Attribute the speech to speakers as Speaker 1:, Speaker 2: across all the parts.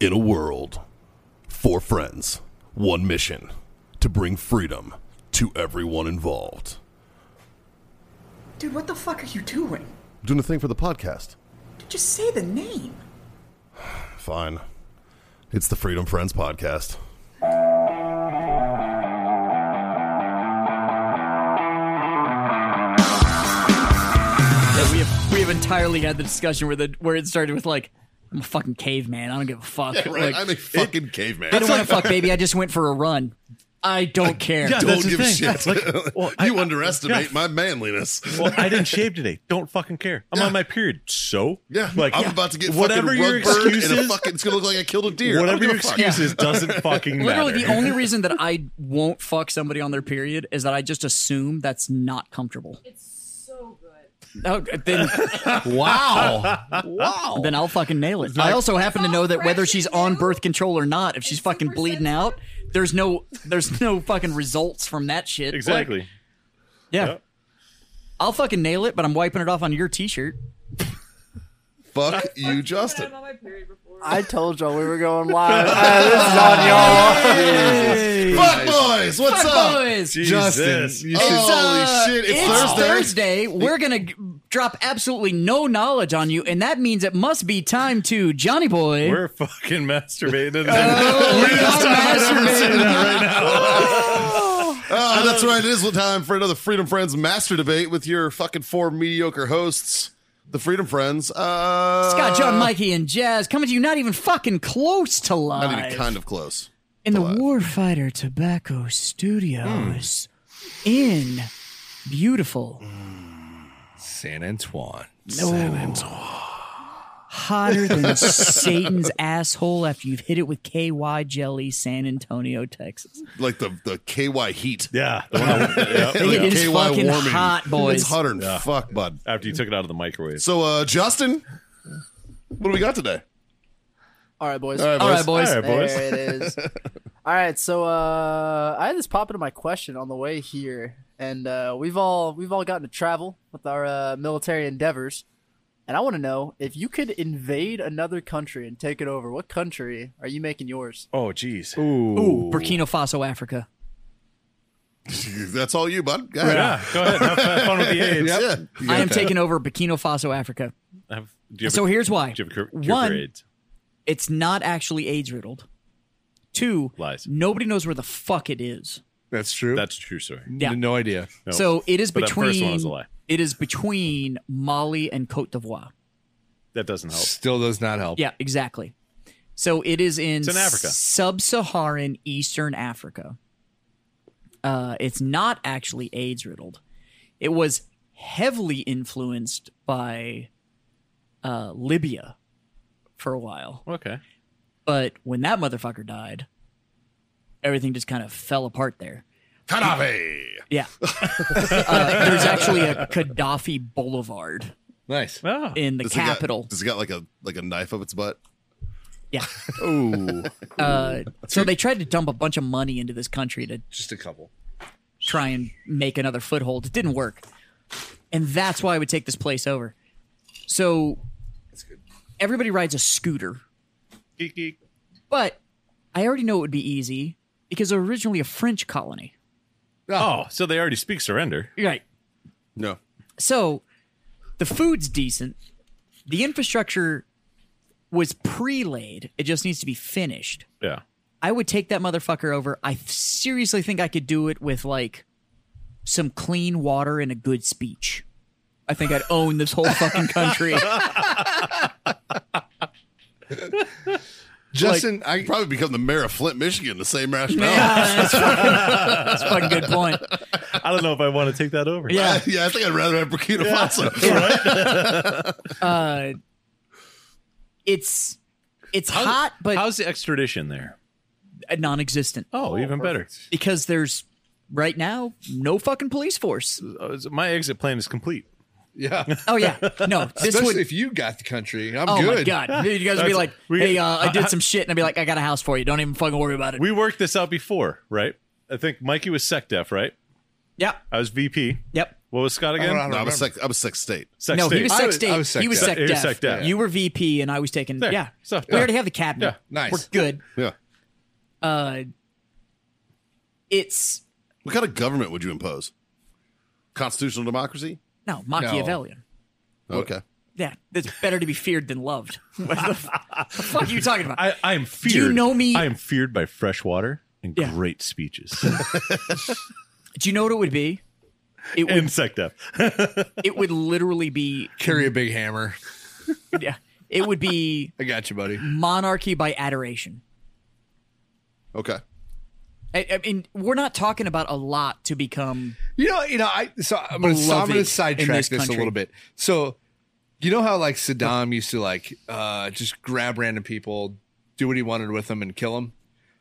Speaker 1: In a world, four friends, one mission to bring freedom to everyone involved.
Speaker 2: Dude, what the fuck are you doing?
Speaker 1: Doing a thing for the podcast.
Speaker 2: Just say the name.
Speaker 1: Fine. It's the Freedom Friends podcast.
Speaker 3: that we have we have entirely had the discussion where the where it started with like I'm a fucking caveman. I don't give a fuck. Like,
Speaker 1: I'm a fucking caveman.
Speaker 3: I don't want to fuck, baby. I just went for a run. I don't care.
Speaker 4: yeah,
Speaker 1: Don't
Speaker 4: that's the
Speaker 1: give a
Speaker 4: thing.
Speaker 1: shit.
Speaker 4: Like, well, I-
Speaker 1: you
Speaker 4: I-
Speaker 1: underestimate
Speaker 4: yeah.
Speaker 1: my manliness.
Speaker 4: Well, I didn't shave today. Don't fucking care. I'm on my period. So
Speaker 1: yeah,
Speaker 4: like
Speaker 1: I'm about to get
Speaker 4: whatever
Speaker 1: fucking
Speaker 4: your
Speaker 1: rug burn
Speaker 4: excuse
Speaker 1: and a
Speaker 4: is.
Speaker 1: fucking, it's gonna look like I killed a deer.
Speaker 4: Whatever your
Speaker 1: I don't give a fuck.
Speaker 4: excuse is doesn't fucking
Speaker 3: Literally,
Speaker 4: matter.
Speaker 3: the only reason that I won't fuck somebody on their period is that I just assume that's not comfortable.
Speaker 5: It's so good.
Speaker 3: Oh, then,
Speaker 6: Wow. wow.
Speaker 3: then I'll fucking nail it. I also happen to know that whether she's on birth control or not, if she's
Speaker 5: It's super
Speaker 3: fucking bleeding out,
Speaker 5: sensitive.
Speaker 3: there's no there's no fucking results from that shit. Like,
Speaker 4: exactly.
Speaker 3: yeah.
Speaker 4: Yep.
Speaker 3: I'll fucking nail it, but I'm wiping it off on your t-shirt.
Speaker 1: Fuck you, Justin.
Speaker 5: I'm on my period before.
Speaker 7: I told y'all we were going live. Ah, this is on y'all.
Speaker 1: Fuck boys, what's up?
Speaker 3: Boys.
Speaker 6: Justin,
Speaker 4: Jesus.
Speaker 6: you should,
Speaker 1: Holy
Speaker 3: Uh,
Speaker 1: shit, it's, Thursday.
Speaker 3: Thursday. We're gonna g- drop absolutely no knowledge on you, and that means it must be time to Johnny Boy.
Speaker 4: We're fucking masturbating.
Speaker 1: Uh, Ah, that's right. It is time for another Freedom Friends Master Debate with your fucking four mediocre hosts, the Freedom Friends. Uh,
Speaker 3: Scott, John, Mikey, and Jazz coming to you. Not even fucking close to live
Speaker 1: Not even kind of close.
Speaker 3: in the Warfighter Tobacco Studios
Speaker 1: Hmm.
Speaker 3: in beautiful,
Speaker 6: San Antoine.
Speaker 3: hotter than Satan's asshole after you've hit it with KY jelly, San Antonio, Texas.
Speaker 1: Like the, the KY heat.
Speaker 4: yeah. the one I- yeah.
Speaker 3: It is
Speaker 1: KY
Speaker 3: fucking
Speaker 1: warming.
Speaker 3: hot, boys.
Speaker 1: It's hotter than fuck, bud.
Speaker 4: After you took it out of the microwave.
Speaker 1: So, uh, Justin, what do we got today?
Speaker 7: All right, boys.
Speaker 3: All right, boys.
Speaker 4: All right, boys.
Speaker 7: There it is. All right, so uh, I had this pop into my question on the way here, and uh, we've all we've all gotten to travel with our uh, military endeavors, and I want to know if you could invade another country and take it over. What country are you making yours?
Speaker 4: Oh, jeez.
Speaker 3: Ooh, Burkina Faso, Africa.
Speaker 1: That's all you, bud. Go ahead.
Speaker 4: Yeah. Go ahead. Have, have fun with the AIDS.
Speaker 1: Yeah.
Speaker 3: I am taking over Burkina Faso, Africa.
Speaker 4: Have, do you have
Speaker 3: So
Speaker 4: a,
Speaker 3: here's why.
Speaker 4: do you have a cure, cure
Speaker 3: One,
Speaker 4: for AIDS?
Speaker 3: it's not actually AIDS riddled. Two,
Speaker 4: Lies.
Speaker 3: nobody knows where the fuck it is.
Speaker 6: That's true.
Speaker 4: That's a true story.
Speaker 3: Yeah.
Speaker 6: No idea.
Speaker 4: No.
Speaker 3: So it is
Speaker 4: But that
Speaker 3: between
Speaker 4: first one was a lie.
Speaker 3: it is between Mali and Cote d'Ivoire.
Speaker 4: That doesn't help.
Speaker 6: Still does not help.
Speaker 3: Yeah, exactly. So it is in,
Speaker 4: in Africa.
Speaker 3: sub-Saharan Eastern Africa. Uh, it's not actually AIDS riddled. It was heavily influenced by uh, Libya for a while.
Speaker 4: Okay.
Speaker 3: But when that motherfucker died, everything just kind of fell apart there.
Speaker 1: Gaddafi.
Speaker 3: Yeah. uh, there's actually a Gaddafi Boulevard
Speaker 6: Nice.
Speaker 4: Oh.
Speaker 3: in the
Speaker 1: Does it got-
Speaker 3: capital.
Speaker 1: does it got like a like a knife up its butt?
Speaker 3: yeah. Ooh. Uh, so they tried to dump a bunch of money into this country to
Speaker 6: Just a couple.
Speaker 3: try and make another foothold. It didn't work. And that's why I would take this place over. So everybody rides a scooter,
Speaker 4: Geek, geek.
Speaker 3: but I already know it would be easy because they're originally a French colony.
Speaker 1: Ah.
Speaker 4: Oh, so they already speak surrender.
Speaker 3: Right.
Speaker 1: No.
Speaker 3: So the food's decent. The infrastructure was pre-laid. It just needs to be finished.
Speaker 4: Yeah.
Speaker 3: I would take that motherfucker over. I seriously think I could do it with like some clean water and a good speech. I think I'd own this whole fucking country.
Speaker 6: Justin,
Speaker 1: I probably become the mayor of Flint, Michigan. The same rationale.
Speaker 3: that's, fucking, that's a fucking good point.
Speaker 4: I don't know if I want to take that over.
Speaker 3: Yeah.
Speaker 1: yeah, I think I'd rather have Burkina Faso.
Speaker 3: Uh, it's it's hot, but
Speaker 4: How's the extradition there?
Speaker 3: non-existent
Speaker 4: Oh, even
Speaker 3: because there's right now no fucking police force.
Speaker 4: better. Uh, it's- My exit plan is complete.
Speaker 6: Yeah.
Speaker 3: Oh yeah, no, this
Speaker 6: Especially
Speaker 3: would
Speaker 6: if you got the country. I'm
Speaker 3: Oh
Speaker 6: good.
Speaker 3: my god, you guys would be
Speaker 4: That's-
Speaker 3: like,
Speaker 4: we-
Speaker 3: "Hey, uh, I did some shit," and I'd be like, "I got a house for you. Don't even fucking worry about it."
Speaker 4: We worked this out before, right? I think Mikey was sec def, right?
Speaker 3: Yep.
Speaker 4: I was VP.
Speaker 3: Yep.
Speaker 4: What was Scott again?
Speaker 6: I don't
Speaker 1: No, I was
Speaker 6: remember.
Speaker 1: sec. I was sixth state.
Speaker 4: Sex
Speaker 3: no,
Speaker 4: tape.
Speaker 3: he was
Speaker 6: I
Speaker 3: sec
Speaker 6: was-
Speaker 3: state.
Speaker 6: I was sec
Speaker 3: he was
Speaker 6: def.
Speaker 3: sec
Speaker 4: He was
Speaker 3: def.
Speaker 4: sec def.
Speaker 3: You were VP, and I was taking.
Speaker 4: There.
Speaker 3: Yeah.
Speaker 4: So-
Speaker 3: we already have the cabinet.
Speaker 4: Yeah.
Speaker 6: Nice.
Speaker 3: We're good.
Speaker 1: Yeah.
Speaker 3: Uh, it's
Speaker 1: What kind of government would you impose? Constitutional democracy?
Speaker 3: no Machiavellian.
Speaker 1: Okay.
Speaker 3: Yeah, it's better to be feared than loved. What the, f- the fuck are you talking about?
Speaker 4: I, I am feared.
Speaker 3: you know me-
Speaker 4: I am feared by fresh water and
Speaker 3: Yeah.
Speaker 4: great speeches.
Speaker 3: Do you know what it would be? It would.
Speaker 4: and sec def.
Speaker 3: it would literally be.
Speaker 6: Carry a big hammer.
Speaker 3: Yeah. It would be
Speaker 6: I got you, buddy.
Speaker 3: monarchy by adoration.
Speaker 1: Okay.
Speaker 3: I, I mean, we're not talking about a lot to become.
Speaker 6: You know, you know, I so I'm gonna, so I'm
Speaker 3: Beloved in
Speaker 6: gonna sidetrack
Speaker 3: this
Speaker 6: this, a
Speaker 3: country.
Speaker 6: little bit. So you know how like Saddam used to like uh just grab random people, do what he wanted with them and kill them?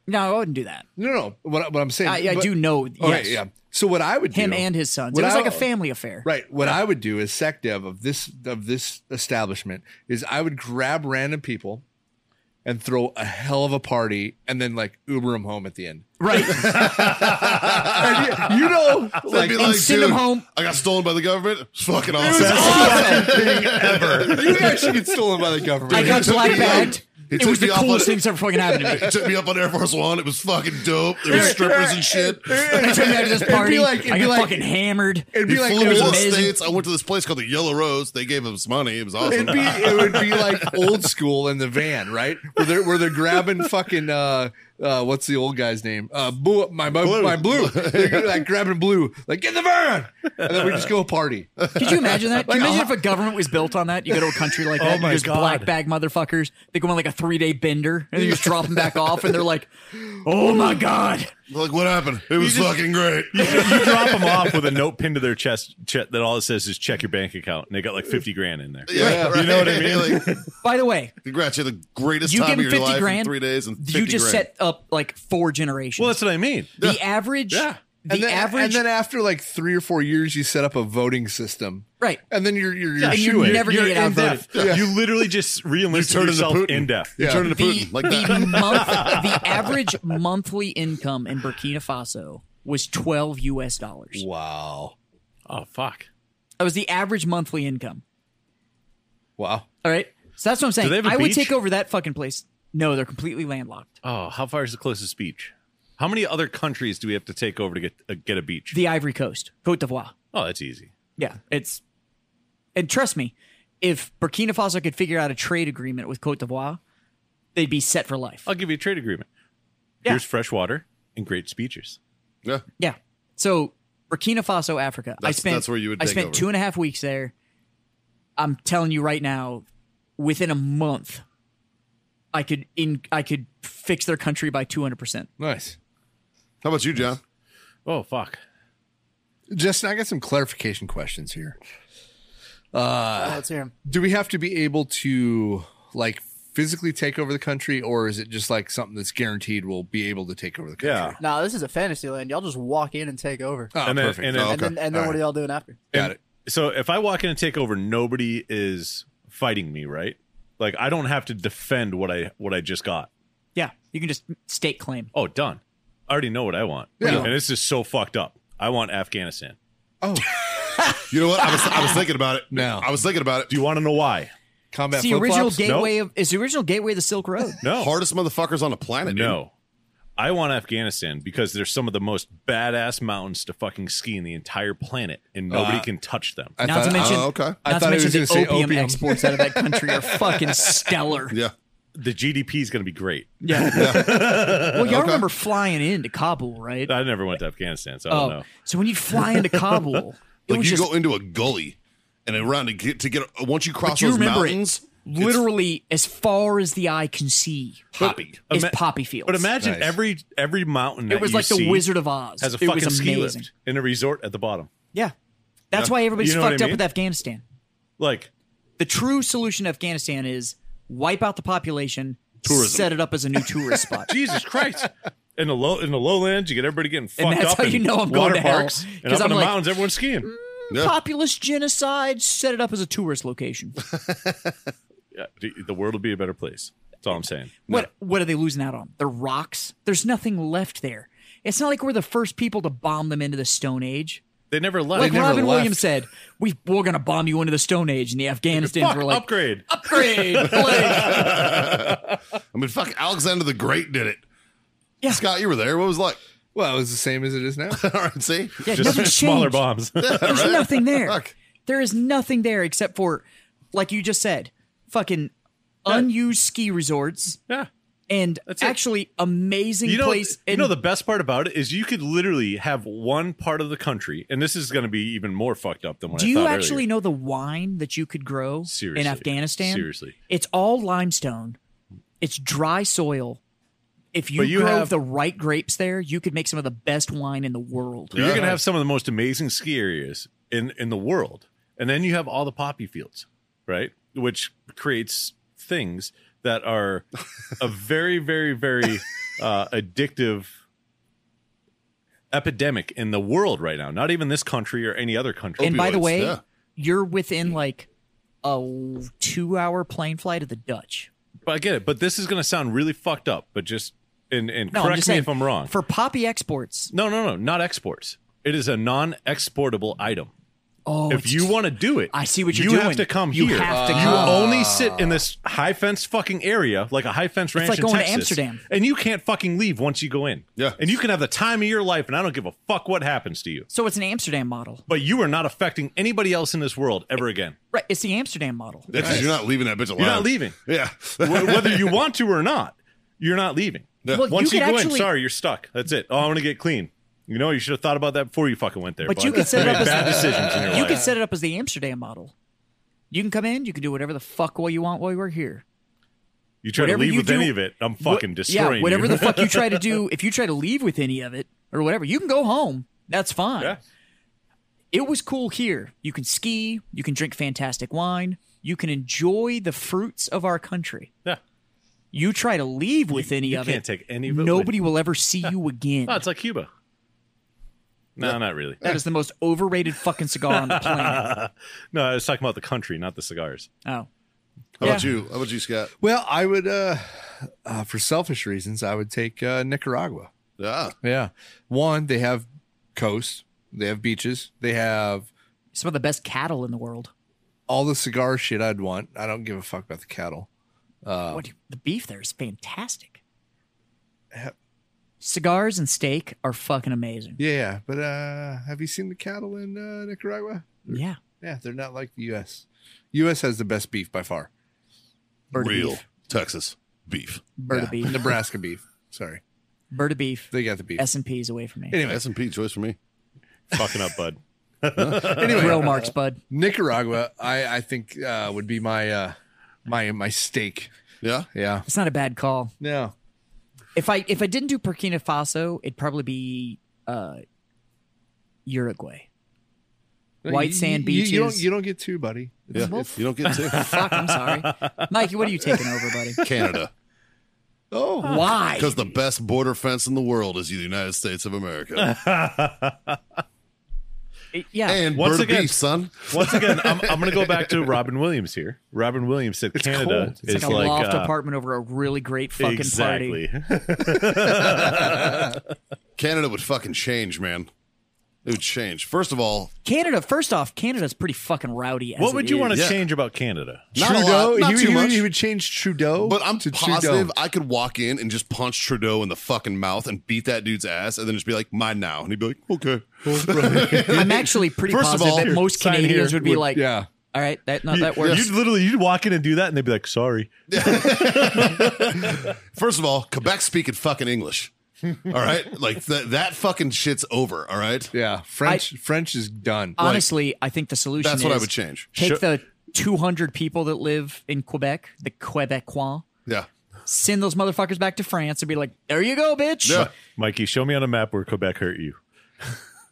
Speaker 3: No, I wouldn't do that.
Speaker 6: No, no, what, what I'm saying.
Speaker 3: I, I
Speaker 6: but-
Speaker 3: do know. Yes,
Speaker 6: Okay, yeah. So what I would do
Speaker 3: him and his sons.
Speaker 6: what
Speaker 3: it was
Speaker 6: I-
Speaker 3: like a family affair.
Speaker 6: Right. What I would do as sec dev of this of this establishment is I would grab random people and throw a hell of a party and then like Uber them home at the end.
Speaker 3: Right.
Speaker 6: And you, you know, like,
Speaker 1: They'd be
Speaker 3: and send
Speaker 1: "Dude,
Speaker 3: him home."
Speaker 1: I got stolen by the government. It's fucking awesome.
Speaker 6: you actually get stolen by the government.
Speaker 3: I got black bagged.
Speaker 1: He
Speaker 3: It
Speaker 1: took
Speaker 3: was the
Speaker 1: me off
Speaker 3: coolest
Speaker 1: on-
Speaker 3: things ever fucking happened to me.
Speaker 1: It took me up on Air Force One. It was fucking dope. There were strippers and shit.
Speaker 3: I took me out to this
Speaker 6: It'd be
Speaker 3: party.
Speaker 6: like- it'd
Speaker 3: I
Speaker 6: be
Speaker 3: got
Speaker 6: like-
Speaker 3: fucking hammered.
Speaker 6: It'd
Speaker 1: He
Speaker 6: be like
Speaker 1: flew me to
Speaker 6: old,
Speaker 1: the
Speaker 3: amazing.
Speaker 1: states. I went to this place called the Yellow Rose. They gave us money. It was awesome.
Speaker 6: it'd be it would be like old school in the van, right? Where they're where they're grabbing fucking uh uh what's the old guy's name? Uh blue my my blue, my blue. They're like grabbing blue, like get in the van and then we just go party.
Speaker 3: Could you imagine that? Could you imagine if a government was built on that? You go to a country
Speaker 6: Oh
Speaker 3: like that,
Speaker 4: my
Speaker 3: you just
Speaker 4: God.
Speaker 3: black bag motherfuckers. They go on like a three day bender, and you just drop them back off, and they're like, "Oh my god!"
Speaker 1: like, what happened? It was fucking great.
Speaker 4: you drop them off with a note pinned to their chest che- that all it says is check your bank account, and they got like fifty grand in there.
Speaker 1: Yeah,
Speaker 4: You know what I
Speaker 1: right.
Speaker 4: mean?
Speaker 1: Like,
Speaker 3: By the way,
Speaker 1: congrats, you had the greatest
Speaker 3: you
Speaker 1: time
Speaker 3: give
Speaker 1: of your
Speaker 3: them fifty
Speaker 1: life in
Speaker 3: grand.
Speaker 1: three days and 50
Speaker 3: you just
Speaker 1: grand.
Speaker 3: set up like four generations.
Speaker 4: Well, that's what I mean.
Speaker 3: the average.
Speaker 4: Yeah.
Speaker 3: The
Speaker 6: And then,
Speaker 3: average.
Speaker 6: and then after like three or four years, you set up a voting system,
Speaker 3: right.
Speaker 6: and then you're you're, you're
Speaker 4: Yeah,
Speaker 3: and you're
Speaker 6: shooing.
Speaker 3: never gonna
Speaker 4: You're
Speaker 3: get
Speaker 4: in
Speaker 3: outvoted.
Speaker 4: death. You literally just re-enlisted
Speaker 1: You turn into
Speaker 4: yourself
Speaker 1: Putin.
Speaker 4: in death.
Speaker 1: You
Speaker 6: Yeah.
Speaker 1: turned into
Speaker 3: the,
Speaker 1: Putin like
Speaker 3: the
Speaker 1: that.
Speaker 3: month, the average monthly income in Burkina Faso was 12 US dollars.
Speaker 6: wow,
Speaker 4: Oh fuck!
Speaker 3: That was the average monthly income.
Speaker 6: wow.
Speaker 3: All right. So that's what I'm saying.
Speaker 4: they have a
Speaker 3: I would
Speaker 4: beach?
Speaker 3: take over that fucking place. No, they're completely landlocked.
Speaker 4: Oh, how far is the closest beach? How many other countries do we have to take over to get uh, get a beach?
Speaker 3: The Ivory Coast, Cote d'Ivoire.
Speaker 4: oh, that's easy.
Speaker 3: Yeah. It's, and trust me, if Burkina Faso could figure out a trade agreement with Cote d'Ivoire, they'd be set for life.
Speaker 4: I'll give you a trade agreement.
Speaker 3: Yeah.
Speaker 4: Here's fresh water and great speeches.
Speaker 1: Yeah.
Speaker 3: Yeah. So Burkina Faso, Africa. I
Speaker 1: That's-
Speaker 3: spent
Speaker 1: that's where you would
Speaker 3: I
Speaker 1: take
Speaker 3: spent
Speaker 1: over.
Speaker 3: two and a half weeks there. I'm telling you right now, within a month, I could in I could fix their country by two hundred percent.
Speaker 6: Nice.
Speaker 1: How about you, John?
Speaker 4: Oh fuck!
Speaker 6: Justin, I got some clarification questions here.
Speaker 7: Oh, let's hear him.
Speaker 6: Do we have to be able to like physically take over the country, or is it just like something that's guaranteed we'll be able to take over the country?
Speaker 4: Yeah.
Speaker 7: Nah, this is a fantasy land. Y'all just walk in and take over.
Speaker 6: Oh,
Speaker 4: And then-
Speaker 6: perfect.
Speaker 4: and then-
Speaker 6: Oh,
Speaker 7: and
Speaker 6: okay.
Speaker 3: uh,
Speaker 7: then, and then
Speaker 6: All
Speaker 7: what are
Speaker 6: right.
Speaker 7: y'all doing after?
Speaker 6: Got it.
Speaker 4: So if I walk in and take over, nobody is fighting me, right? Like I don't have to defend what I what I just got.
Speaker 3: Yeah, you can just state claim.
Speaker 4: Oh, done. I already know what I want.
Speaker 6: Yeah.
Speaker 4: And it's just so fucked up. I want Afghanistan.
Speaker 6: Oh,
Speaker 1: You know what? I was, I was thinking about it.
Speaker 6: No.
Speaker 1: I was thinking about it.
Speaker 4: Do you want to know why?
Speaker 6: combat
Speaker 3: It's the original
Speaker 6: flip-flops?
Speaker 3: gateway of is the original gateway of the Silk Road.
Speaker 4: No.
Speaker 1: Hardest motherfuckers on the planet. dude.
Speaker 4: No. I want Afghanistan because there's some of the most badass mountains to fucking ski in the entire planet and nobody
Speaker 6: Uh,
Speaker 4: can touch them.
Speaker 6: I
Speaker 3: Not
Speaker 6: thought-
Speaker 3: to mention,
Speaker 1: oh, okay.
Speaker 6: I
Speaker 3: not
Speaker 6: thought
Speaker 3: to
Speaker 6: he
Speaker 3: mention
Speaker 6: was
Speaker 3: the
Speaker 6: gonna say
Speaker 3: opium,
Speaker 6: opium.
Speaker 3: exports out of that country are fucking stellar.
Speaker 1: Yeah.
Speaker 4: the GDP is going to be great.
Speaker 3: Yeah. well, y'all remember flying into Kabul, right?
Speaker 4: I never went to Afghanistan, so I
Speaker 3: oh,
Speaker 4: don't know.
Speaker 3: so when you fly into Kabul, it
Speaker 1: Like
Speaker 3: was
Speaker 1: you
Speaker 3: just
Speaker 1: go into a gully and around to get to get once you cross
Speaker 3: Do you
Speaker 1: those
Speaker 3: remember
Speaker 1: mountains,
Speaker 3: it? Literally, as far as the eye can see,
Speaker 1: poppy.
Speaker 3: is
Speaker 4: Ima-
Speaker 3: poppy fields.
Speaker 4: But imagine
Speaker 6: Nice.
Speaker 4: every every mountain
Speaker 3: it was like the Wizard of Oz.
Speaker 4: has a
Speaker 3: it
Speaker 4: fucking
Speaker 3: was
Speaker 4: ski
Speaker 3: amazing.
Speaker 4: lift and a resort at the bottom.
Speaker 3: Yeah, that's why everybody's
Speaker 4: You know what
Speaker 3: fucked
Speaker 4: I
Speaker 3: up with
Speaker 4: mean?
Speaker 3: Afghanistan.
Speaker 4: Like
Speaker 3: The true solution to Afghanistan is wipe out the population,
Speaker 1: Tourism.
Speaker 3: set it up as a new tourist spot.
Speaker 4: Jesus Christ. In the low in the lowlands, you get everybody getting fucked
Speaker 3: that's
Speaker 4: up
Speaker 3: how
Speaker 4: in
Speaker 3: you know I'm going
Speaker 4: water
Speaker 3: to hell,
Speaker 4: parks, and
Speaker 3: 'cause
Speaker 4: up
Speaker 3: I'm
Speaker 4: in the
Speaker 3: like- "Mm."
Speaker 4: mountains, everyone's skiing.
Speaker 1: Yeah.
Speaker 3: Populist genocide, set it up as a tourist location.
Speaker 4: Yeah, the- the world will be a better place. That's all I'm saying.
Speaker 3: What what are they losing out on? The rocks. There's nothing left there. It's not like we're the first people to bomb them into the Stone Age.
Speaker 4: They never left.
Speaker 3: Like
Speaker 6: never
Speaker 3: Robin
Speaker 6: left.
Speaker 3: Williams said, we, we're going to bomb you into the Stone Age. And the Afghanistans
Speaker 4: Fuck,
Speaker 3: were like,
Speaker 4: upgrade.
Speaker 3: upgrade. please."
Speaker 1: I mean, fuck, Alexander the Great did it.
Speaker 3: Yeah.
Speaker 1: Scott, you were there. What was it like?
Speaker 6: Well, it was the same as it is now.
Speaker 1: All right, see?
Speaker 3: yeah, nothing's
Speaker 4: Just smaller
Speaker 3: changed.
Speaker 4: bombs.
Speaker 3: There's nothing there.
Speaker 1: Fuck.
Speaker 3: There is nothing there except for, like you just said, fucking unused ski resorts
Speaker 4: yeah.
Speaker 3: and
Speaker 4: That's it.
Speaker 3: actually amazing
Speaker 4: you know,
Speaker 3: place.
Speaker 4: You
Speaker 3: in-
Speaker 4: know the best part about it is you could literally have one part of the country, and this is going to be even more fucked up than what
Speaker 3: do
Speaker 4: I
Speaker 3: you
Speaker 4: thought
Speaker 3: actually
Speaker 4: earlier.
Speaker 3: know the wine that you could grow in
Speaker 4: Seriously.
Speaker 3: Afghanistan?
Speaker 4: Seriously.
Speaker 3: It's all limestone. It's dry soil. If you,
Speaker 4: But you
Speaker 3: grow
Speaker 4: have-
Speaker 3: the right grapes there, you could make some of the best wine in the world.
Speaker 4: But You're going to have some of the most amazing ski areas in in the world, and then you have all the poppy fields, right? Which creates things that are a very, very, very uh, addictive epidemic in the world right now. Not even this country or any other country.
Speaker 3: and by the
Speaker 1: opioids,
Speaker 3: way,
Speaker 1: yeah.
Speaker 3: you're within like a two-hour plane flight of the Dutch.
Speaker 4: But I get it. But this is going to sound really fucked up. But just and and
Speaker 3: No, I'm
Speaker 4: correct me
Speaker 3: just saying,
Speaker 4: if I'm wrong.
Speaker 3: For poppy exports,
Speaker 4: no, no, no, not exports. It is a non-exportable item.
Speaker 3: oh,
Speaker 4: if
Speaker 3: it's-
Speaker 4: you want to do it,
Speaker 3: I see what you're
Speaker 4: you have
Speaker 3: doing.
Speaker 4: to come
Speaker 3: You
Speaker 4: here.
Speaker 3: have to
Speaker 4: You
Speaker 3: come.
Speaker 4: only sit in this high fence fucking area, like a high fence ranch.
Speaker 3: like
Speaker 4: in
Speaker 3: going to
Speaker 4: Texas,
Speaker 3: Amsterdam.
Speaker 4: and you can't fucking leave once you go in.
Speaker 1: Yeah.
Speaker 4: and you can have the time of your life, and I don't give a fuck what happens to you.
Speaker 3: so it's an Amsterdam model,
Speaker 4: But you are not affecting anybody else in this world ever again,
Speaker 3: right? It's the Amsterdam model.
Speaker 1: Yeah, 'cause you're not leaving that bitch alive.
Speaker 4: not leaving.
Speaker 1: Yeah.
Speaker 4: Wh- whether you want to or not. You're not leaving.
Speaker 3: Well,
Speaker 4: Once
Speaker 3: you
Speaker 4: you,
Speaker 3: could
Speaker 4: go
Speaker 3: actually-
Speaker 4: in, sorry, you're stuck. That's it. Oh, I want to get clean. You know, you should have thought about that before you fucking went there.
Speaker 3: But
Speaker 4: bud.
Speaker 3: you could set it
Speaker 4: made
Speaker 3: up as-
Speaker 4: bad decisions in your
Speaker 3: You
Speaker 4: life.
Speaker 3: could set it up as the Amsterdam model. You can come in, you can do whatever the fuck while you want while we're here.
Speaker 4: you try to
Speaker 3: whatever
Speaker 4: leave
Speaker 3: you
Speaker 4: with
Speaker 3: do-
Speaker 4: any of it, I'm
Speaker 3: Wha-
Speaker 4: fucking destroying.
Speaker 3: Yeah, whatever
Speaker 4: you.
Speaker 3: the fuck you try to do, if you try to leave with any of it or whatever, you can go home. That's fine.
Speaker 4: Yeah.
Speaker 3: It was cool here. You can ski, you can drink fantastic wine, you can enjoy the fruits of our country.
Speaker 4: Yeah.
Speaker 3: You try to leave with any
Speaker 4: you
Speaker 3: of
Speaker 4: can't
Speaker 3: it,
Speaker 4: take any of it with
Speaker 3: nobody will ever see you again.
Speaker 4: Oh, it's like Cuba. No, not really.
Speaker 3: that is the most overrated fucking cigar on the planet.
Speaker 4: No, I was talking about the country, not the cigars.
Speaker 3: Oh.
Speaker 1: How about
Speaker 3: Yeah.
Speaker 1: you? How about you, Scott?
Speaker 6: Well, I would, uh, uh, for selfish reasons, I would take uh, Nicaragua.
Speaker 1: Yeah.
Speaker 6: Yeah. One, they have coast, they have beaches, they have
Speaker 3: Some of the best cattle in the world.
Speaker 6: all the cigar shit I'd want. I don't give a fuck about the cattle. Oh.
Speaker 3: What do you- the beef there is fantastic. Cigars and steak are fucking amazing.
Speaker 6: Yeah, yeah. But uh, have you seen the cattle in uh, Nicaragua?
Speaker 3: Yeah.
Speaker 6: Yeah, they're not like the U.S. U.S. has the best beef by far.
Speaker 3: Bird
Speaker 1: Real
Speaker 3: of beef.
Speaker 1: Texas beef.
Speaker 3: Bird
Speaker 6: Yeah,
Speaker 3: of beef.
Speaker 6: Nebraska beef. Sorry,
Speaker 3: Bird of beef.
Speaker 6: they got the beef.
Speaker 3: S and P's away from me.
Speaker 6: anyway,
Speaker 1: S&P choice for me.
Speaker 4: Fucking up, bud.
Speaker 3: Grill marks, bud.
Speaker 6: Nicaragua, I I think uh, would be my uh, my my steak.
Speaker 1: Yeah.
Speaker 6: Yeah.
Speaker 3: It's not a bad call.
Speaker 6: No.
Speaker 3: If I if I didn't do Burkina Faso, it'd probably be uh, Uruguay. White
Speaker 6: You-
Speaker 3: sand
Speaker 6: you- You, don't
Speaker 3: beaches.
Speaker 6: you don't get two, buddy.
Speaker 1: Yeah. You don't get to
Speaker 3: Fuck, I'm sorry, Mikey. What are you taking over, buddy?
Speaker 1: Canada.
Speaker 6: Oh,
Speaker 3: Why?
Speaker 1: Because the best border fence in the world is the United States of America.
Speaker 3: Yeah,
Speaker 1: And
Speaker 4: Once
Speaker 1: bird
Speaker 4: again-
Speaker 1: of beef, son.
Speaker 4: Once again, I'm, I'm going to go back to Robin Williams here. Robin Williams said Canada
Speaker 6: cold.
Speaker 3: it's
Speaker 4: is
Speaker 3: like a loft
Speaker 4: uh,
Speaker 3: apartment over a really great fucking party.
Speaker 4: exactly.
Speaker 1: Canada would fucking change, man. It would change. First of all,
Speaker 3: Canada. First off, Canada's pretty fucking rowdy. As
Speaker 4: What would
Speaker 3: it
Speaker 4: you
Speaker 3: is.
Speaker 4: want to
Speaker 1: Yeah.
Speaker 4: change about Canada?
Speaker 1: not a
Speaker 6: Trudeau.
Speaker 1: lot, not
Speaker 6: he,
Speaker 1: too
Speaker 6: he,
Speaker 1: much.
Speaker 6: he would change Trudeau.
Speaker 1: But I'm
Speaker 6: to
Speaker 1: positive
Speaker 6: Trudeau.
Speaker 1: I could walk in and just punch Trudeau in the fucking mouth and beat that dude's ass, and then just be like, "Mine now," and he'd be like, "Okay."
Speaker 3: I'm actually pretty
Speaker 1: First of
Speaker 3: positive
Speaker 1: all,
Speaker 3: that most
Speaker 4: sign here
Speaker 3: Canadians would be
Speaker 4: would-
Speaker 3: like,
Speaker 6: yeah.
Speaker 3: all right, that no, that works.
Speaker 4: You'd literally you'd walk in and do that, and they'd be like, "Sorry."
Speaker 1: First of all, Quebec speaking fucking English. All right, like that that fucking shit's over. All right,
Speaker 6: Yeah. French French is done.
Speaker 3: Honestly, I think the solution
Speaker 1: that's what I
Speaker 3: is
Speaker 1: would change.
Speaker 3: Take
Speaker 4: Sure.
Speaker 3: the 200 people that live in Quebec, the Quebecois,
Speaker 1: Yeah,
Speaker 3: send those motherfuckers back to France and be like, there you go, bitch.
Speaker 1: yeah,
Speaker 4: Mikey, show me on a map where Quebec hurt you.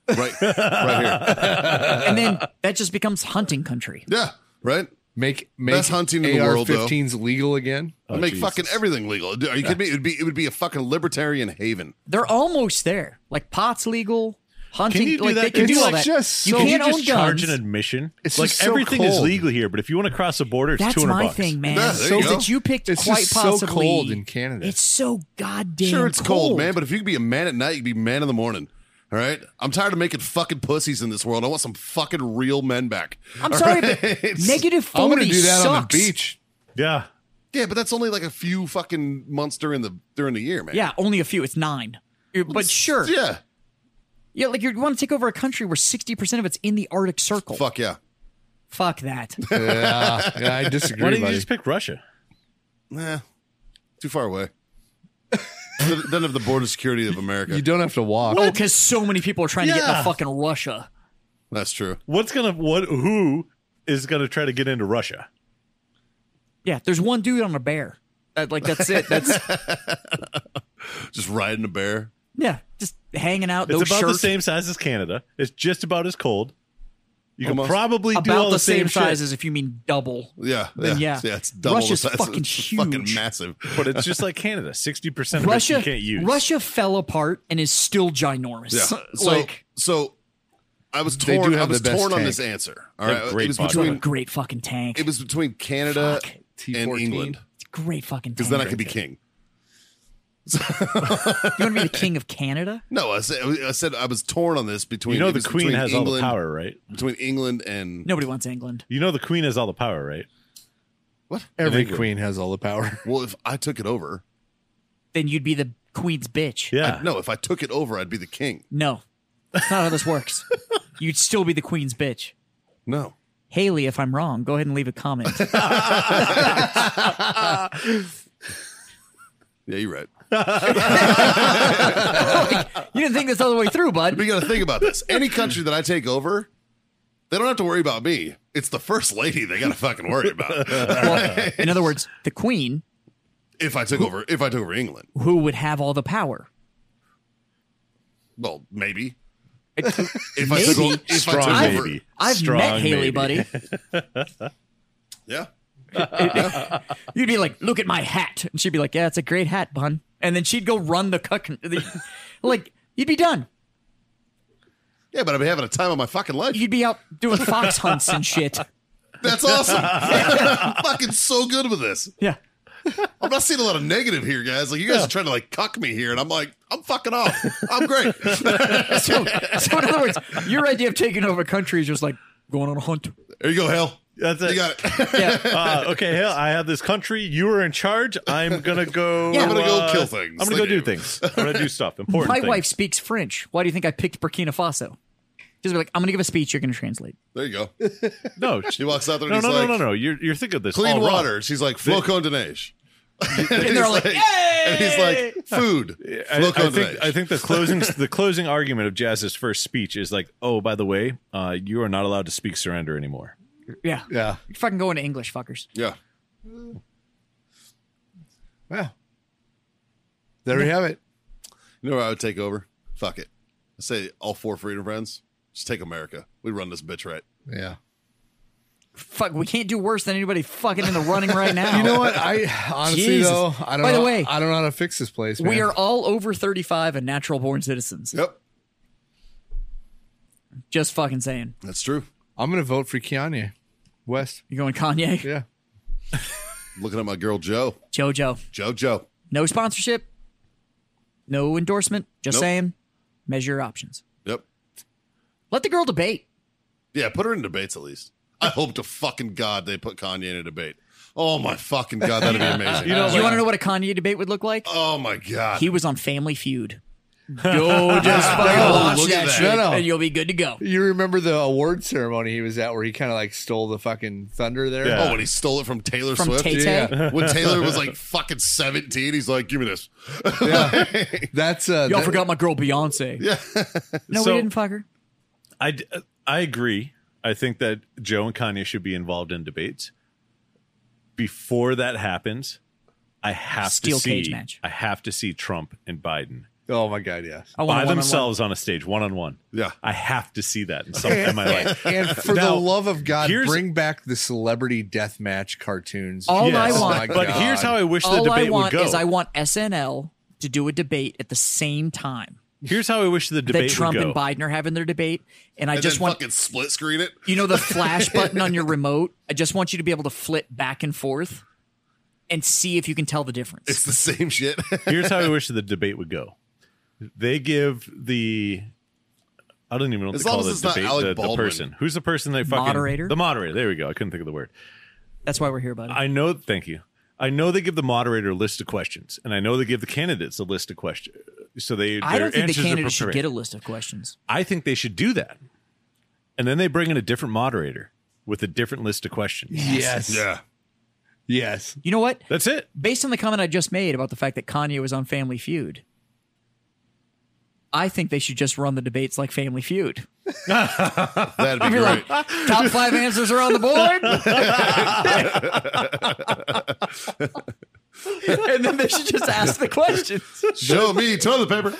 Speaker 1: right, right here.
Speaker 3: And then that just becomes hunting country.
Speaker 1: Yeah, right.
Speaker 6: Make make
Speaker 1: Best hunting in the world, though.
Speaker 6: AR-15s legal again.
Speaker 1: I'd make
Speaker 4: Jesus.
Speaker 1: fucking everything legal. Are you kidding me? It'd be it would be a fucking libertarian haven.
Speaker 3: They're almost there. Like pot's legal. Hunting,
Speaker 4: Can you do
Speaker 3: like
Speaker 4: that?
Speaker 3: they can
Speaker 6: It's
Speaker 3: do all
Speaker 6: like
Speaker 3: that.
Speaker 6: just
Speaker 3: you
Speaker 6: so-
Speaker 4: Can you
Speaker 3: can't
Speaker 4: just
Speaker 3: own
Speaker 4: charge
Speaker 3: guns.
Speaker 4: an admission?
Speaker 6: It's
Speaker 4: like
Speaker 6: just so
Speaker 4: everything is
Speaker 6: cold.
Speaker 4: legal here, but if you want to cross the border, it's
Speaker 3: That's
Speaker 4: 200
Speaker 3: my
Speaker 4: bucks.
Speaker 3: thing, man.
Speaker 1: Yeah, there you
Speaker 3: so
Speaker 1: go.
Speaker 3: that you picked
Speaker 6: It's
Speaker 3: quite
Speaker 6: just so
Speaker 3: possibly
Speaker 6: cold in Canada.
Speaker 3: It's so goddamn
Speaker 1: Sure, it's cold, man, but if you could be a man at night, you'd be man in the morning. All right, I'm tired of making fucking pussies in this world. I want some fucking real men back.
Speaker 3: I'm
Speaker 1: All
Speaker 3: sorry, but
Speaker 1: right?
Speaker 3: Negative
Speaker 6: I'm
Speaker 3: 40
Speaker 6: gonna do that on the
Speaker 3: sucks.
Speaker 6: beach.
Speaker 4: Yeah.
Speaker 1: Yeah, but that's only like a few fucking months during the during the year, man.
Speaker 3: Yeah, only a few. It's nine. You're- But sure. Yeah,
Speaker 1: Yeah.
Speaker 3: like you want to take over a country where 60% of it's in the Arctic Circle.
Speaker 1: Fuck yeah.
Speaker 3: Fuck that.
Speaker 6: Yeah, yeah, I
Speaker 4: Why
Speaker 6: disagree.
Speaker 4: didn't you
Speaker 6: Buddy.
Speaker 4: just pick Russia?
Speaker 1: Nah. Too far away. Then then have the border security of America.
Speaker 6: You don't have to walk.
Speaker 3: Oh, because so many people are trying to get into
Speaker 4: Yeah.
Speaker 3: fucking Russia.
Speaker 1: That's true.
Speaker 4: What's gonna what who is gonna try to get into Russia?
Speaker 3: Yeah, there's one dude on a bear. Uh, like that's it. That's
Speaker 1: Just riding a bear.
Speaker 3: yeah, just hanging out.
Speaker 4: It's
Speaker 3: no
Speaker 4: about
Speaker 3: shirt.
Speaker 4: the same size as Canada. It's just about as cold. You
Speaker 1: Almost.
Speaker 4: can probably do
Speaker 3: About
Speaker 4: all
Speaker 3: the same,
Speaker 4: shit,
Speaker 3: size as if you mean double.
Speaker 1: Yeah.
Speaker 3: Then
Speaker 1: yeah.
Speaker 3: yeah.
Speaker 1: It's double
Speaker 3: Russia's
Speaker 1: the size.
Speaker 3: fucking
Speaker 1: It's fucking
Speaker 3: huge.
Speaker 1: massive.
Speaker 4: but it's just like Canada. Sixty percent of
Speaker 3: Russia
Speaker 4: it you can't use.
Speaker 3: Russia fell apart and is still ginormous.
Speaker 1: Yeah. So,
Speaker 3: like
Speaker 1: so I was
Speaker 6: They do
Speaker 1: torn. I
Speaker 6: have the
Speaker 1: was
Speaker 6: best
Speaker 1: torn on
Speaker 6: tank.
Speaker 1: this answer. All
Speaker 4: They
Speaker 1: right.
Speaker 4: have great
Speaker 1: It was
Speaker 4: vodka.
Speaker 3: what a
Speaker 1: between
Speaker 3: great fucking tank.
Speaker 1: it was between Canada
Speaker 3: Fuck.
Speaker 1: and
Speaker 6: T14.
Speaker 1: England
Speaker 3: It's a great fucking tank.
Speaker 1: because then I could be king.
Speaker 3: You want to be the king of Canada?
Speaker 1: No, I said I said I was torn on this between
Speaker 4: You know
Speaker 1: it
Speaker 4: the
Speaker 1: was
Speaker 4: Queen
Speaker 1: between
Speaker 4: has all the
Speaker 1: England-
Speaker 4: power, right?
Speaker 1: between England and
Speaker 3: Nobody wants England.
Speaker 4: You know the Queen has all the power, right?
Speaker 1: what?
Speaker 6: Every
Speaker 4: England.
Speaker 6: queen has all the power.
Speaker 1: Well, if I took it over,
Speaker 3: Then you'd be the queen's bitch.
Speaker 4: Yeah.
Speaker 1: no, if I took it over, I'd be the king.
Speaker 3: No, that's not how this works. You'd still be the queen's bitch.
Speaker 1: No.
Speaker 3: Haley, if I'm wrong, go ahead and leave a comment.
Speaker 1: Yeah, you're right.
Speaker 3: You didn't think this all the way through, bud.
Speaker 1: But you got to think about this. Any country that I take over, they don't have to worry about me. It's the first lady they got to fucking worry about.
Speaker 3: Well, in other words, the queen
Speaker 1: if I took over, if I took over England,
Speaker 3: who would have all the power.
Speaker 1: well, maybe.
Speaker 3: It-
Speaker 1: If I took,
Speaker 3: Maybe.
Speaker 1: over, if
Speaker 4: Strong
Speaker 1: I took over,
Speaker 4: maybe.
Speaker 3: I've
Speaker 4: Strong
Speaker 3: met Haley,
Speaker 4: maybe.
Speaker 3: buddy.
Speaker 1: yeah.
Speaker 3: You'd be like, "Look at my hat," and she'd be like, "Yeah, it's a great hat, bun." And then she'd go run the cuck, like you'd be done.
Speaker 1: Yeah, but I've been having a time of my fucking life.
Speaker 3: You'd be out doing fox hunts and shit.
Speaker 1: That's awesome. I'm fucking so good with this.
Speaker 3: Yeah,
Speaker 1: I'm not seeing a lot of negative here, guys. Like you guys are trying to like cuck me here, and I'm like, I'm fucking off. I'm great.
Speaker 3: So, so in other words, your idea of taking over a country is just like going on a hunt.
Speaker 1: there you go, hell.
Speaker 4: That's
Speaker 1: You
Speaker 4: it.
Speaker 1: got it.
Speaker 3: Yeah,
Speaker 4: uh, okay, hell, I have this country. You are in charge. I'm gonna go.
Speaker 3: Yeah. I'm
Speaker 1: gonna go
Speaker 4: uh,
Speaker 1: kill things.
Speaker 4: I'm gonna
Speaker 1: They
Speaker 4: go do
Speaker 1: do.
Speaker 4: things. I'm gonna do stuff important.
Speaker 3: my
Speaker 4: things.
Speaker 3: wife speaks French. Why do you think I picked Burkina Faso? Just be like, I'm gonna give a speech. You're gonna translate.
Speaker 1: There you go.
Speaker 4: No, she-
Speaker 1: She walks out there
Speaker 4: no,
Speaker 1: and
Speaker 4: no,
Speaker 1: he's like,
Speaker 4: no, no, no. You're you're thinking of this
Speaker 1: clean
Speaker 4: all wrong.
Speaker 1: water. She's like, flocon de neige.
Speaker 3: And they're all like,
Speaker 1: and he's like, food.
Speaker 4: I, I
Speaker 1: Flocon de neige.
Speaker 4: think, I think the closing the closing argument of Jazz's first speech is like, oh, by the way, uh, you are not allowed to speak surrender anymore.
Speaker 3: Yeah,
Speaker 6: Yeah.
Speaker 3: You're fucking going to English, fuckers.
Speaker 1: Yeah.
Speaker 6: Wow. There we have it.
Speaker 1: You know where I would take over? Fuck it. I say all four freedom friends. Just take America. We run this bitch right.
Speaker 6: Yeah.
Speaker 3: Fuck, we can't do worse than anybody fucking in the running right now.
Speaker 6: You know what? I honestly
Speaker 3: Jesus.
Speaker 6: though, I don't
Speaker 3: By the
Speaker 6: know,
Speaker 3: way,
Speaker 6: I don't know how to fix this place.
Speaker 3: We
Speaker 6: man.
Speaker 3: are all over 35 and natural born citizens.
Speaker 1: Yep.
Speaker 3: Just fucking saying.
Speaker 1: That's true.
Speaker 6: I'm gonna vote for Keanu West.
Speaker 3: You're going Kanye?
Speaker 6: Yeah.
Speaker 1: Looking at my girl Joe.
Speaker 3: JoJo.
Speaker 1: JoJo.
Speaker 3: No sponsorship, no endorsement. Just
Speaker 1: Nope.
Speaker 3: saying. Measure your options.
Speaker 1: Yep.
Speaker 3: Let the girl debate.
Speaker 1: Yeah, put her in debates at least. I hope to fucking God they put Kanye in a debate. Oh my fucking God, that'd be amazing.
Speaker 4: You know,
Speaker 3: you
Speaker 4: like-
Speaker 3: want to know what a Kanye debate would look like?
Speaker 1: oh my God.
Speaker 3: he was on Family Feud. Go just fucking watch
Speaker 1: look
Speaker 3: that,
Speaker 1: at that.
Speaker 3: shit,
Speaker 6: No, no.
Speaker 3: and you'll be good to go.
Speaker 6: You remember the award ceremony he was at where he kind of like stole the fucking thunder there?
Speaker 4: Yeah.
Speaker 1: oh, when he stole it from Taylor
Speaker 3: From
Speaker 1: Swift?
Speaker 3: Tay
Speaker 6: Yeah.
Speaker 3: Tay.
Speaker 1: When Taylor was like fucking 17, he's like, give me this.
Speaker 6: That's uh
Speaker 3: Y'all
Speaker 6: that-
Speaker 3: forgot my girl Beyonce. Yeah. no,
Speaker 4: So-
Speaker 3: we didn't fuck her.
Speaker 4: I d- I agree. I think that Joe and Kanye should be involved in debates. Before that happens, I have
Speaker 3: Steel
Speaker 4: to see.
Speaker 3: cage match.
Speaker 4: I have to see Trump and Biden
Speaker 6: Oh my god, yes.
Speaker 3: I want
Speaker 4: by
Speaker 3: a one-on-one.
Speaker 4: themselves on a stage, one on one.
Speaker 1: Yeah.
Speaker 4: I have to see that in some in my life.
Speaker 6: And for the
Speaker 4: Now,
Speaker 6: love of God,
Speaker 4: here's-
Speaker 6: bring back the celebrity death match cartoons. Oh
Speaker 3: All I
Speaker 4: Yes.
Speaker 3: want- Oh
Speaker 4: but here's how I wish the
Speaker 3: All
Speaker 4: debate
Speaker 3: I want
Speaker 4: would go.
Speaker 3: is I want SNL to do a debate at the same time.
Speaker 4: here's how I wish the
Speaker 3: that
Speaker 4: debate
Speaker 3: Trump
Speaker 4: would go.
Speaker 3: and Biden are having their debate, and I
Speaker 1: And
Speaker 3: just
Speaker 1: then
Speaker 3: want
Speaker 1: fucking split screen it.
Speaker 3: you know the flash button on your remote. I just want you to be able to flip back and forth and see if you can tell the difference.
Speaker 1: It's the same shit.
Speaker 4: Here's how I wish the debate would go. They give the I don't even know what
Speaker 1: As
Speaker 4: to
Speaker 1: long
Speaker 4: call
Speaker 1: as
Speaker 4: the
Speaker 1: it's not
Speaker 4: debate.
Speaker 1: Alec
Speaker 4: The, the
Speaker 1: Baldwin.
Speaker 4: person. Who's the person they fucking
Speaker 3: Moderator?
Speaker 4: The moderator. There we go. I couldn't think of the word.
Speaker 3: That's why we're here, buddy.
Speaker 4: I know. Thank you. I know they give the moderator a list of questions, and I know they give the candidates a list of questions. So they.
Speaker 3: I
Speaker 4: their
Speaker 3: don't think the
Speaker 4: answers are
Speaker 3: candidates should
Speaker 4: prepared.
Speaker 3: get a list of questions.
Speaker 4: I think they should do that. And then they bring in a different moderator with a different list of questions.
Speaker 6: Yes.
Speaker 1: Yeah.
Speaker 6: Yes.
Speaker 3: You know what?
Speaker 4: That's it.
Speaker 3: Based on the comment I just made about the fact that Kanye was on Family Feud, I think they should just run the debates like Family Feud.
Speaker 1: That'd be great.
Speaker 3: Top five answers are on the board, and then they should just ask the questions.
Speaker 1: Show me toilet paper.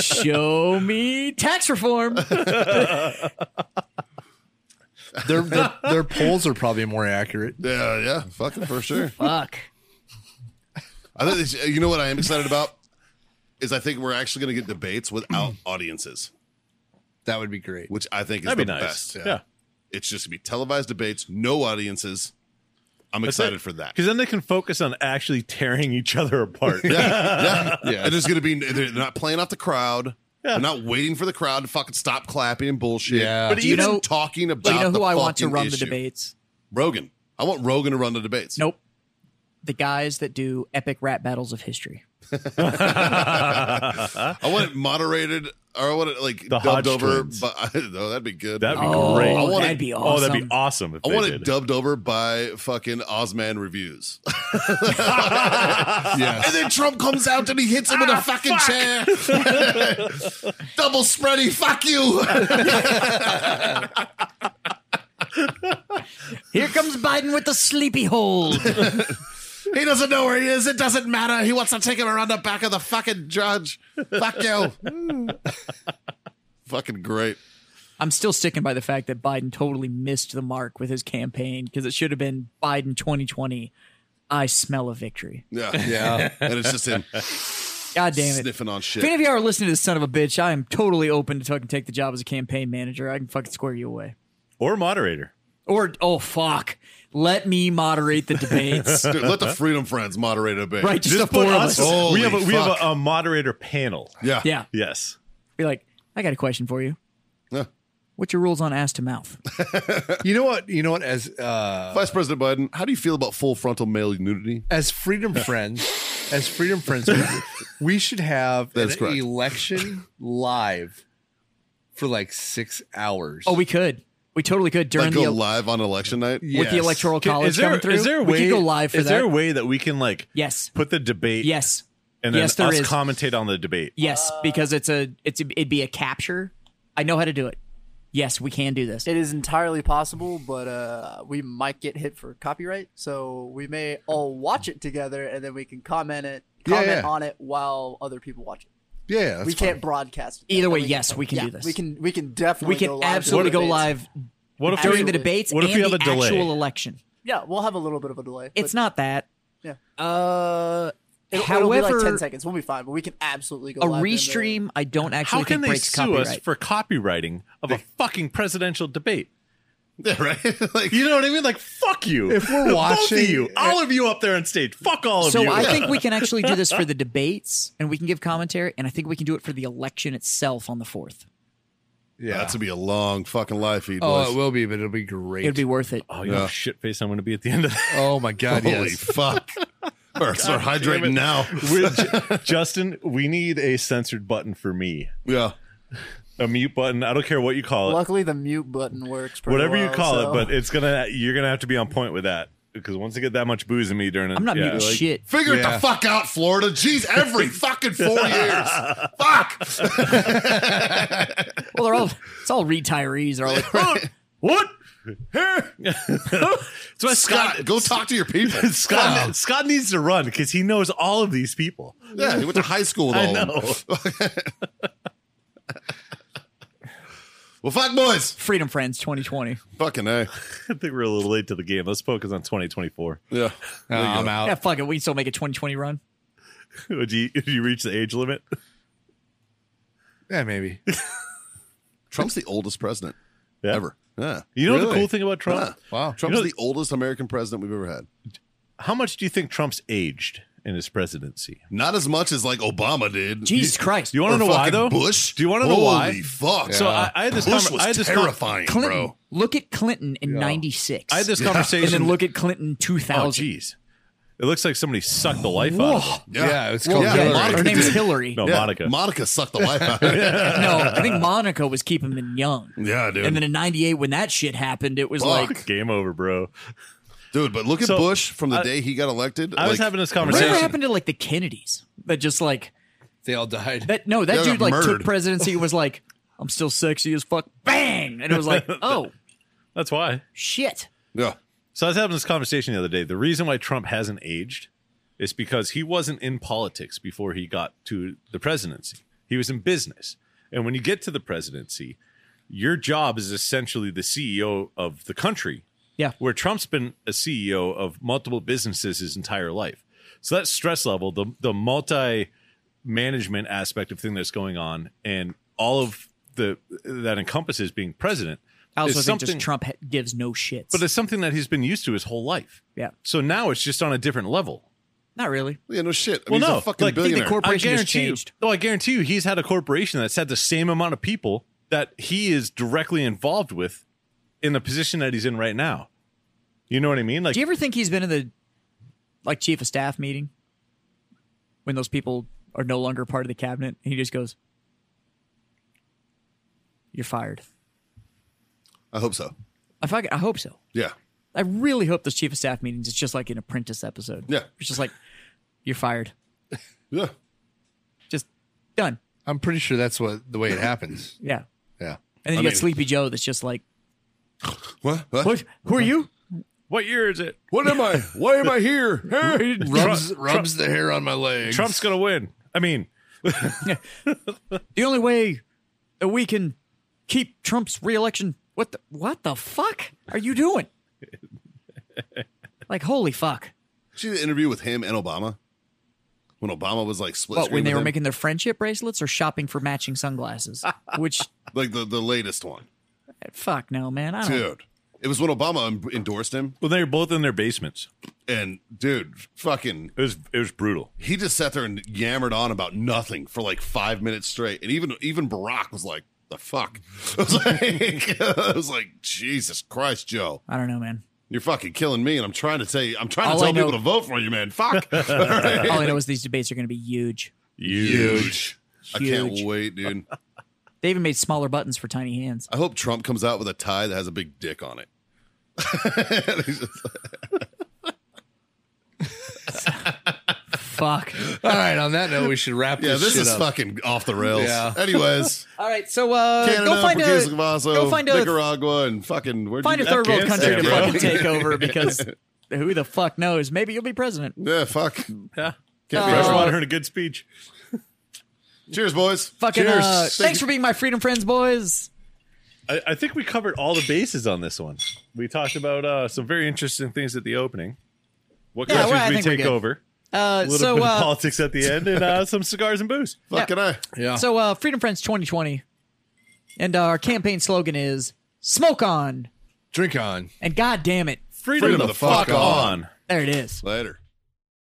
Speaker 3: Show me tax reform.
Speaker 6: Their, their their polls are probably more accurate.
Speaker 1: Yeah, yeah, fucking for sure.
Speaker 3: Fuck.
Speaker 1: I think this, you know what I am excited about is I think we're actually going to get debates without audiences,
Speaker 6: That would be great.
Speaker 1: which I think is
Speaker 4: That'd be
Speaker 1: the
Speaker 4: nice.
Speaker 1: best.
Speaker 4: Yeah.
Speaker 1: it's just gonna be televised debates, no audiences. I'm excited for that.
Speaker 4: Because then they can focus on actually tearing each other apart.
Speaker 1: Yeah, yeah,
Speaker 6: Yeah.
Speaker 1: And there's gonna be they're not playing off the crowd. They're not waiting for the crowd to fucking stop clapping and bullshit.
Speaker 6: Yeah.
Speaker 1: But
Speaker 3: Do you
Speaker 1: even
Speaker 3: know-
Speaker 1: talking about
Speaker 3: Do you know
Speaker 1: the
Speaker 3: who I want to
Speaker 1: fucking
Speaker 3: run the
Speaker 1: issue.
Speaker 3: debates?
Speaker 1: Rogan. I want Rogan to run the debates.
Speaker 3: Nope. The guys that do epic rap battles of history.
Speaker 1: I want it moderated, or I want it like
Speaker 4: The
Speaker 1: dubbed
Speaker 4: Hodge
Speaker 1: over.
Speaker 4: twins.
Speaker 1: But oh, that'd be good.
Speaker 4: That'd be
Speaker 3: Oh,
Speaker 4: great.
Speaker 1: I want
Speaker 3: that'd
Speaker 1: it-
Speaker 3: be
Speaker 4: Oh,
Speaker 3: awesome.
Speaker 4: that'd be awesome. If
Speaker 1: I
Speaker 4: they
Speaker 1: want
Speaker 4: did.
Speaker 1: it dubbed over by fucking Ozman reviews.
Speaker 6: Yes.
Speaker 1: And then Trump comes out and he hits him with a fucking chair. Double spready, fuck you.
Speaker 3: Here comes Biden with the sleepy hold.
Speaker 1: He doesn't know where he is. It doesn't matter. He wants to take him around the back of the fucking judge. Fuck you. fucking great.
Speaker 3: I'm still sticking by the fact that Biden totally missed the mark with his campaign because it should have been Biden 2020. I smell a victory.
Speaker 1: Yeah.
Speaker 6: Yeah.
Speaker 1: And it's just him
Speaker 3: God damn it.
Speaker 1: sniffing on
Speaker 3: If any
Speaker 1: shit.
Speaker 3: of you are listening to this son of a bitch, I am totally open to fucking take the job as a campaign manager. I can fucking square you away.
Speaker 4: or moderator.
Speaker 3: Or, oh, fuck. Let me moderate the debates.
Speaker 1: Dude, let the Freedom Friends moderate a bit.
Speaker 3: right? Just the
Speaker 4: Just
Speaker 3: four
Speaker 4: put
Speaker 3: of
Speaker 4: us.
Speaker 3: us.
Speaker 1: Holy
Speaker 4: We have a, we have
Speaker 1: fuck.
Speaker 4: a, a moderator panel.
Speaker 1: Yeah.
Speaker 3: Yeah.
Speaker 4: Yes.
Speaker 3: Be like, I got a question for you.
Speaker 1: Yeah.
Speaker 3: What's your rules on ass to mouth?
Speaker 6: You know what? You know what? As uh,
Speaker 1: Vice President Biden, how do you feel about full frontal male nudity?
Speaker 6: as freedom friends, as freedom friends, we, we should have
Speaker 1: That is
Speaker 6: an
Speaker 1: correct.
Speaker 6: election live for like six hours.
Speaker 3: Oh, we could. We totally could during
Speaker 1: Like go
Speaker 3: the
Speaker 1: live on election night?
Speaker 3: with the
Speaker 6: Yes.
Speaker 3: electoral
Speaker 4: Can-
Speaker 3: college
Speaker 4: is there,
Speaker 3: coming through.
Speaker 4: is there a
Speaker 3: we
Speaker 4: way?
Speaker 3: could go live for
Speaker 4: is
Speaker 3: that.
Speaker 4: there a way that we can like
Speaker 3: yes.
Speaker 4: put the debate?
Speaker 3: Yes.
Speaker 4: And then
Speaker 3: Yes, there
Speaker 4: us
Speaker 3: is.
Speaker 4: commentate on the debate.
Speaker 3: Yes,
Speaker 7: Uh,
Speaker 3: because it's a it's a, it'd be a capture. I know how to do it. Yes, we can do this.
Speaker 7: It is entirely possible, but uh, we might get hit for copyright, so we may all watch it together, and then we can comment it,
Speaker 6: Yeah,
Speaker 7: comment
Speaker 6: yeah.
Speaker 7: on it while other people watch it.
Speaker 6: yeah, yeah, that's
Speaker 7: we
Speaker 6: fine.
Speaker 7: can't broadcast. it.
Speaker 3: Either
Speaker 7: That
Speaker 3: way, yes, we can
Speaker 7: yeah,
Speaker 3: do this.
Speaker 7: We can. We can definitely.
Speaker 3: we can
Speaker 7: go live
Speaker 3: absolutely
Speaker 7: during
Speaker 3: go
Speaker 7: debates.
Speaker 3: live
Speaker 4: What if
Speaker 3: during
Speaker 4: we,
Speaker 3: the debates
Speaker 4: What if
Speaker 3: and
Speaker 4: we have
Speaker 3: the
Speaker 4: a delay?
Speaker 3: actual election.
Speaker 7: Yeah, we'll have a little bit of a delay. but
Speaker 3: It's not that.
Speaker 7: Yeah.
Speaker 3: Uh,
Speaker 7: It'll,
Speaker 3: however,
Speaker 7: it'll be like ten seconds. We'll be fine, but we can absolutely go.
Speaker 3: a
Speaker 7: live during the-
Speaker 3: restream I don't actually
Speaker 4: How can
Speaker 3: think
Speaker 4: they
Speaker 3: breaks
Speaker 4: sue
Speaker 3: copyright.
Speaker 4: us for copywriting of a fucking presidential debate?
Speaker 1: Yeah, right? like,
Speaker 4: You know what I mean? Like, fuck you.
Speaker 6: If we're
Speaker 4: both
Speaker 6: watching-
Speaker 4: of you, all of you up there on stage, fuck all of
Speaker 3: so
Speaker 4: you.
Speaker 3: I think we can actually do this for the debates, and we can give commentary, and I think we can do it for the election itself on the fourth.
Speaker 6: Yeah.
Speaker 1: That's going to be a long fucking live feed,
Speaker 6: oh,
Speaker 1: boys.
Speaker 6: it will be, but it'll be great.
Speaker 3: It'd be worth it.
Speaker 4: oh, you know, shit face. I'm going to be at the end of that.
Speaker 6: oh my god!
Speaker 1: Holy
Speaker 6: yes.
Speaker 1: fuck. Better start
Speaker 4: damn it.
Speaker 1: hydrating now.
Speaker 4: We're- Ju- Justin, we need a censored button for me.
Speaker 1: Yeah.
Speaker 4: A mute button. I don't care what you call it.
Speaker 7: Luckily, the mute button works. pretty
Speaker 4: Whatever you
Speaker 7: well,
Speaker 4: call
Speaker 7: so-
Speaker 4: it, but it's gonna you're gonna have to be on point with that. Because once I get that much booze in me during it,
Speaker 3: I'm not
Speaker 4: yeah,
Speaker 3: muting
Speaker 4: like-
Speaker 3: shit.
Speaker 1: Figure it
Speaker 6: Yeah.
Speaker 1: the fuck out, Florida. Jeez, every fucking four years. Fuck.
Speaker 3: Well, they're all it's all retirees. They're all like,
Speaker 4: What? That's why
Speaker 1: Scott,
Speaker 4: Scott
Speaker 1: go talk to your people.
Speaker 4: Scott,
Speaker 1: Wow.
Speaker 4: Scott needs to run because he knows all of these people.
Speaker 1: Yeah, he went to high school with all of them. Well, fuck, boys.
Speaker 3: Freedom Friends 2020.
Speaker 1: Fucking A.
Speaker 4: I think we're a little late to the game. Let's focus on 2024.
Speaker 1: Yeah.
Speaker 6: Uh, I'm out.
Speaker 3: Yeah, fuck it. We can still make a 2020 run.
Speaker 4: Would you, would you reach the age limit?
Speaker 6: Yeah, maybe.
Speaker 1: Trump's the oldest president
Speaker 4: Yeah.
Speaker 1: ever. Yeah.
Speaker 4: You know the
Speaker 1: Really?
Speaker 4: cool thing about Trump?
Speaker 1: Yeah.
Speaker 6: Wow.
Speaker 1: Trump's
Speaker 4: You know-
Speaker 1: the oldest American president we've ever had.
Speaker 4: How much do you think Trump's aged in his presidency.
Speaker 1: Not as much as like Obama did.
Speaker 3: Jesus
Speaker 1: You-
Speaker 3: Christ.
Speaker 4: Do you want to
Speaker 1: or
Speaker 4: know why
Speaker 1: fucking
Speaker 4: though?
Speaker 1: Bush.
Speaker 4: Do you want to know why?
Speaker 1: Holy fuck.
Speaker 4: So I, I had this.
Speaker 1: Bush
Speaker 4: conver-
Speaker 1: was
Speaker 4: I had this con-
Speaker 1: terrifying,
Speaker 3: Clinton.
Speaker 1: bro.
Speaker 3: Look at Clinton in '96.
Speaker 4: I had this
Speaker 3: and
Speaker 4: conversation.
Speaker 3: then look at Clinton
Speaker 4: oh
Speaker 3: 2000.
Speaker 4: jeez, it looks like somebody sucked the life out. Of
Speaker 3: Whoa.
Speaker 4: him.
Speaker 6: Yeah, it's called
Speaker 1: yeah,
Speaker 6: Hillary.
Speaker 1: Monica
Speaker 3: Her name's
Speaker 1: did.
Speaker 3: Hillary.
Speaker 4: No,
Speaker 1: Yeah,
Speaker 4: Oh, Monica.
Speaker 1: Monica sucked the life out of it.
Speaker 3: No, I think Monica was keeping him young.
Speaker 1: Yeah, dude.
Speaker 3: And then in '98, when that shit happened, it was
Speaker 1: Fuck.
Speaker 3: like,
Speaker 4: Game over, bro.
Speaker 1: dude, but look at
Speaker 4: So,
Speaker 1: Bush from the
Speaker 4: I-
Speaker 1: day he got elected.
Speaker 4: I was
Speaker 1: like,
Speaker 4: having this
Speaker 3: whatever
Speaker 4: conversation.
Speaker 3: happened to like the Kennedys? That just like
Speaker 6: They all died.
Speaker 3: that. No,
Speaker 1: Yeah,
Speaker 3: that dude
Speaker 1: got
Speaker 3: like
Speaker 1: murdered.
Speaker 3: took presidency. and Was like, I'm still sexy as fuck. Bang, and it was like, oh
Speaker 4: That's why.
Speaker 3: shit.
Speaker 1: Yeah.
Speaker 4: So I was having this conversation the other day. The reason why Trump hasn't aged is because he wasn't in politics before he got to the presidency. He was in business. And when you get to the presidency, your job is essentially the CEO of the country.
Speaker 3: Yeah.
Speaker 4: Where Trump's been a CEO of multiple businesses his entire life. So that stress level, the the multi management aspect of thing that's going on and all of the that encompasses being president.
Speaker 3: I also
Speaker 4: is
Speaker 3: think just
Speaker 4: something-
Speaker 3: Trump ha- gives no shits.
Speaker 4: but it's something that he's been used to his whole life.
Speaker 3: Yeah.
Speaker 4: So now it's just on a different level.
Speaker 3: not really.
Speaker 1: Yeah, no shit. I
Speaker 4: Well,
Speaker 1: mean, he's
Speaker 4: no,
Speaker 1: a fucking
Speaker 4: like, think the
Speaker 1: billionaire.
Speaker 3: corp- Corporation
Speaker 4: I
Speaker 3: has
Speaker 4: guarantee you.
Speaker 3: changed.
Speaker 4: Oh, I guarantee you, he's had a corporation that's had the same amount of people that he is directly involved with in the position that he's in right now. You know what I mean? Like,
Speaker 3: Do you ever think he's been in the like chief of staff meeting when those people are no longer part of the cabinet? And he just goes, "You're fired."
Speaker 1: I hope so.
Speaker 3: I fucking, I hope so.
Speaker 1: Yeah.
Speaker 3: I really hope this chief of staff meetings is just like an apprentice episode.
Speaker 1: Yeah.
Speaker 3: It's just like, you're fired.
Speaker 1: Yeah.
Speaker 3: Just done.
Speaker 6: I'm pretty sure that's what the way it happens.
Speaker 3: Yeah.
Speaker 6: Yeah.
Speaker 3: And then you
Speaker 1: I
Speaker 3: got
Speaker 1: mean-
Speaker 3: Sleepy Joe that's just like,
Speaker 1: What? What?
Speaker 3: what? Who are you?
Speaker 4: what year is it?
Speaker 1: What am I? Why am I here? Hey.
Speaker 6: Rubs rubs the hair on my legs.
Speaker 4: Trump's going to win. I mean,
Speaker 3: The only way that we can keep Trump's reelection. What the, what the fuck are you doing? like, holy fuck.
Speaker 1: Did you see the interview with him and Obama? When Obama was like split
Speaker 3: What,
Speaker 1: screen
Speaker 3: when they
Speaker 1: with
Speaker 3: were
Speaker 1: him?
Speaker 3: making their friendship bracelets or shopping for matching sunglasses? Which,
Speaker 1: like the, the latest one.
Speaker 3: fuck no, man. I don't.
Speaker 1: Dude. It was when Obama em- endorsed him
Speaker 4: well, they're both in their basements.
Speaker 1: and dude, fucking
Speaker 4: It was it was brutal.
Speaker 1: he just sat there and yammered on about nothing for like five minutes straight. And even even Barack was like, the fuck? I was like, I was like, Jesus Christ, Joe.
Speaker 3: I don't know, man.
Speaker 1: You're fucking killing me, and I'm trying to tell you, I'm trying
Speaker 3: All
Speaker 1: to
Speaker 3: I
Speaker 1: tell
Speaker 3: know-
Speaker 1: people to vote for you, man. Fuck.
Speaker 3: All I know is these debates are going to be huge.
Speaker 1: Huge. I can't
Speaker 3: Huge.
Speaker 1: wait, dude.
Speaker 3: They even made smaller buttons for tiny hands.
Speaker 1: I hope Trump comes out with a tie that has a big dick on it.
Speaker 3: Fuck.
Speaker 6: All right. On that note, we should wrap
Speaker 1: Yeah,
Speaker 6: this,
Speaker 1: this
Speaker 6: shit
Speaker 1: is
Speaker 6: up.
Speaker 1: fucking off the rails.
Speaker 6: Yeah.
Speaker 1: Anyways,
Speaker 3: All right, so uh,
Speaker 1: Canada,
Speaker 3: go find
Speaker 1: Burkina
Speaker 3: a
Speaker 1: Faso,
Speaker 3: go find a
Speaker 1: Nicaragua, and fucking where'd
Speaker 3: find a
Speaker 1: you,
Speaker 3: third world country to
Speaker 4: bro.
Speaker 3: fucking take over because who the fuck knows? Maybe you'll be president.
Speaker 1: Yeah, fuck.
Speaker 4: Yeah.
Speaker 1: Can't be
Speaker 4: Fresh
Speaker 3: Uh,
Speaker 1: wrong.
Speaker 4: water and a good speech.
Speaker 1: Cheers, boys.
Speaker 3: Fucking
Speaker 1: Cheers.
Speaker 3: uh,
Speaker 1: Thank
Speaker 3: thanks
Speaker 1: you.
Speaker 3: for being my freedom friends, boys.
Speaker 4: I, I think we covered all the bases on this one. We talked about uh, some very interesting things at the opening. What
Speaker 3: Yeah, well,
Speaker 4: countries
Speaker 3: I
Speaker 4: we
Speaker 3: think we're
Speaker 4: take
Speaker 3: good.
Speaker 4: over,
Speaker 3: Uh,
Speaker 4: a little
Speaker 3: so
Speaker 4: bit
Speaker 3: uh,
Speaker 4: of politics at the end, and uh, some cigars and booze.
Speaker 1: Fucking I.
Speaker 6: Yeah.
Speaker 3: so uh, freedom friends 2020, and uh, our campaign slogan is "Smoke on,"
Speaker 6: Drink on.
Speaker 3: and God damn it,
Speaker 4: Freedom,
Speaker 1: the fuck on.
Speaker 3: there it is.
Speaker 1: Later.